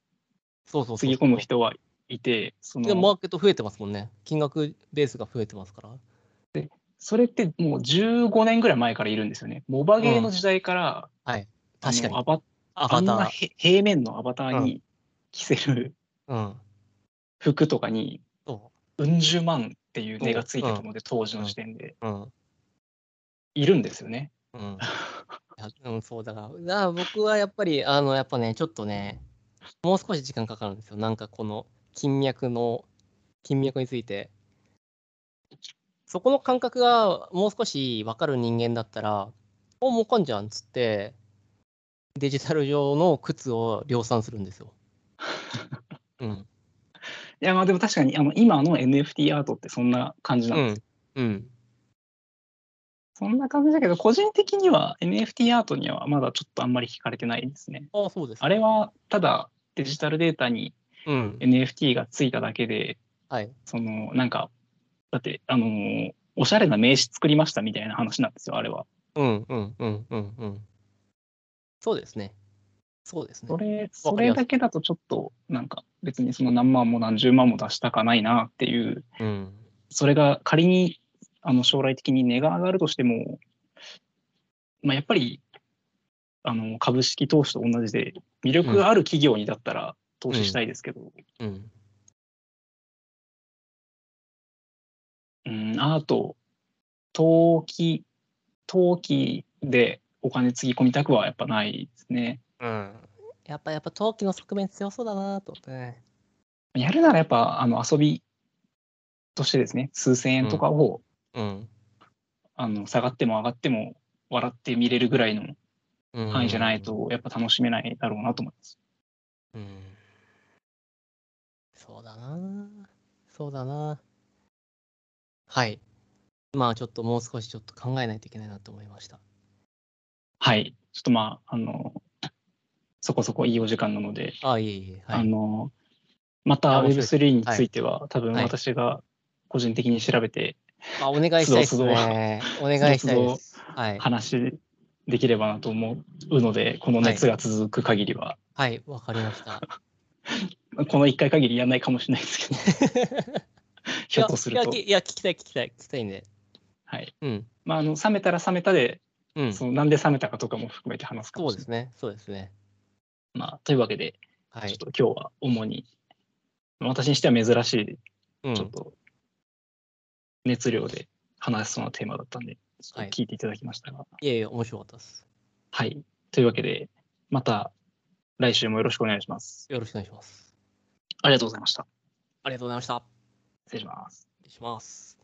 Speaker 2: そうそうそう
Speaker 1: ぎ込む人はいて、そ
Speaker 2: でマ
Speaker 1: の、
Speaker 2: ーケット増えてますもんね金額ベースが増えてますから
Speaker 1: それってもう15年ぐらい前からいるんですよね。モバゲーの時代から、あの
Speaker 2: 確かに
Speaker 1: アバ
Speaker 2: ア
Speaker 1: あ
Speaker 2: バ
Speaker 1: ん
Speaker 2: タ
Speaker 1: な
Speaker 2: ー
Speaker 1: へ平面のアバターに着せる
Speaker 2: うん
Speaker 1: 服とかに、
Speaker 2: そ
Speaker 1: うん十万っていう値がついてたので、当時の時点で。
Speaker 2: ううん
Speaker 1: いるんですよね。
Speaker 2: うん (laughs) いやうんそうだからだから僕はやっぱりあのやっぱねちょっとねもう少し時間かかるんですよなんかこの金脈の金脈についてそこの感覚がもう少し分かる人間だったら「おもうかんじゃん」っつってデジタル上の靴を量産するんです (laughs) よ。うん
Speaker 1: いや、まあでも確かに、あの、今の NFT アートってそんな感じな
Speaker 2: う
Speaker 1: で
Speaker 2: ん
Speaker 1: す。
Speaker 2: んうん
Speaker 1: そんな感じだけど、個人的には NFT アートにはまだちょっとあんまり惹かれてないですね。
Speaker 2: ああそうです
Speaker 1: あれは、ただデジタルデータに
Speaker 2: うん、
Speaker 1: NFT がついただけで、
Speaker 2: はい、
Speaker 1: その、なんか、だって、あのーおしゃれな名刺作りましたみたいな話なんですよ、あれは。
Speaker 2: うんうんうんうんうんそうですねそうですね
Speaker 1: それ、それだけだとちょっと、なんか、別にその何万も何十万も出したかないなっていう
Speaker 2: うん
Speaker 1: それが仮にあの将来的に値が上がるとしても、まあ、やっぱりあの株式投資と同じで魅力ある企業にだったら投資したいですけど、
Speaker 2: うん
Speaker 1: うんアート投機投機でお金つぎ込みたくはやっぱないですね。
Speaker 2: うんやっぱやっぱ陶器の側面強そうだなと思ってね。
Speaker 1: やるならやっぱあの遊びとしてですね数千円とかを、
Speaker 2: うん。
Speaker 1: あの下がっても上がっても笑って見れるぐらいの
Speaker 2: うん
Speaker 1: 範囲じゃない。とやっぱ楽しめないだろうなと思います。
Speaker 2: うん。そうだな。そうだな。はい。まあちょっともう少しちょっと考えないといけないなと思いました。
Speaker 1: はい。ちょっとまあ、あの、そこそこいいお時間なので、
Speaker 2: ああ、いえいえ。は
Speaker 1: あ
Speaker 2: い。
Speaker 1: の、また
Speaker 2: あ面白いです
Speaker 1: Web3 については、多分
Speaker 2: はい
Speaker 1: 私が個人的に調べて
Speaker 2: あ、お願いしたいですね。お願いした
Speaker 1: 都
Speaker 2: いで
Speaker 1: 度
Speaker 2: す。はい。
Speaker 1: 話できればなと思うので、この熱が続く限りは、
Speaker 2: はい。わかりました。
Speaker 1: この1回限りやらないかもしれないですけど、 (laughs) ひょっとすると
Speaker 2: いや、。いや、聞きたい、聞きたい、聞きたいんで。
Speaker 1: はい。
Speaker 2: うん。
Speaker 1: まあ、あの、冷めたら冷めたで、
Speaker 2: うん。
Speaker 1: そ
Speaker 2: そ
Speaker 1: の、なんで冷めたかとかも含めて話すかも
Speaker 2: う
Speaker 1: しれ
Speaker 2: で
Speaker 1: ない。
Speaker 2: すね。そうですね。
Speaker 1: まあ、というわけで、
Speaker 2: は
Speaker 1: ちょ
Speaker 2: い
Speaker 1: っ。と今日は主に、私にしては珍しい
Speaker 2: うん
Speaker 1: ちょっと熱量で話しそうなテーマだったんで、ちょっと聞いていただきましたが、はい、
Speaker 2: いやいや、面白かったです。
Speaker 1: というわけで、また来週もよろしくお願いします。
Speaker 2: よろしくお願いします。
Speaker 1: ありがとうございました。
Speaker 2: ありがとうございました。
Speaker 1: 失礼します。
Speaker 2: 失礼します。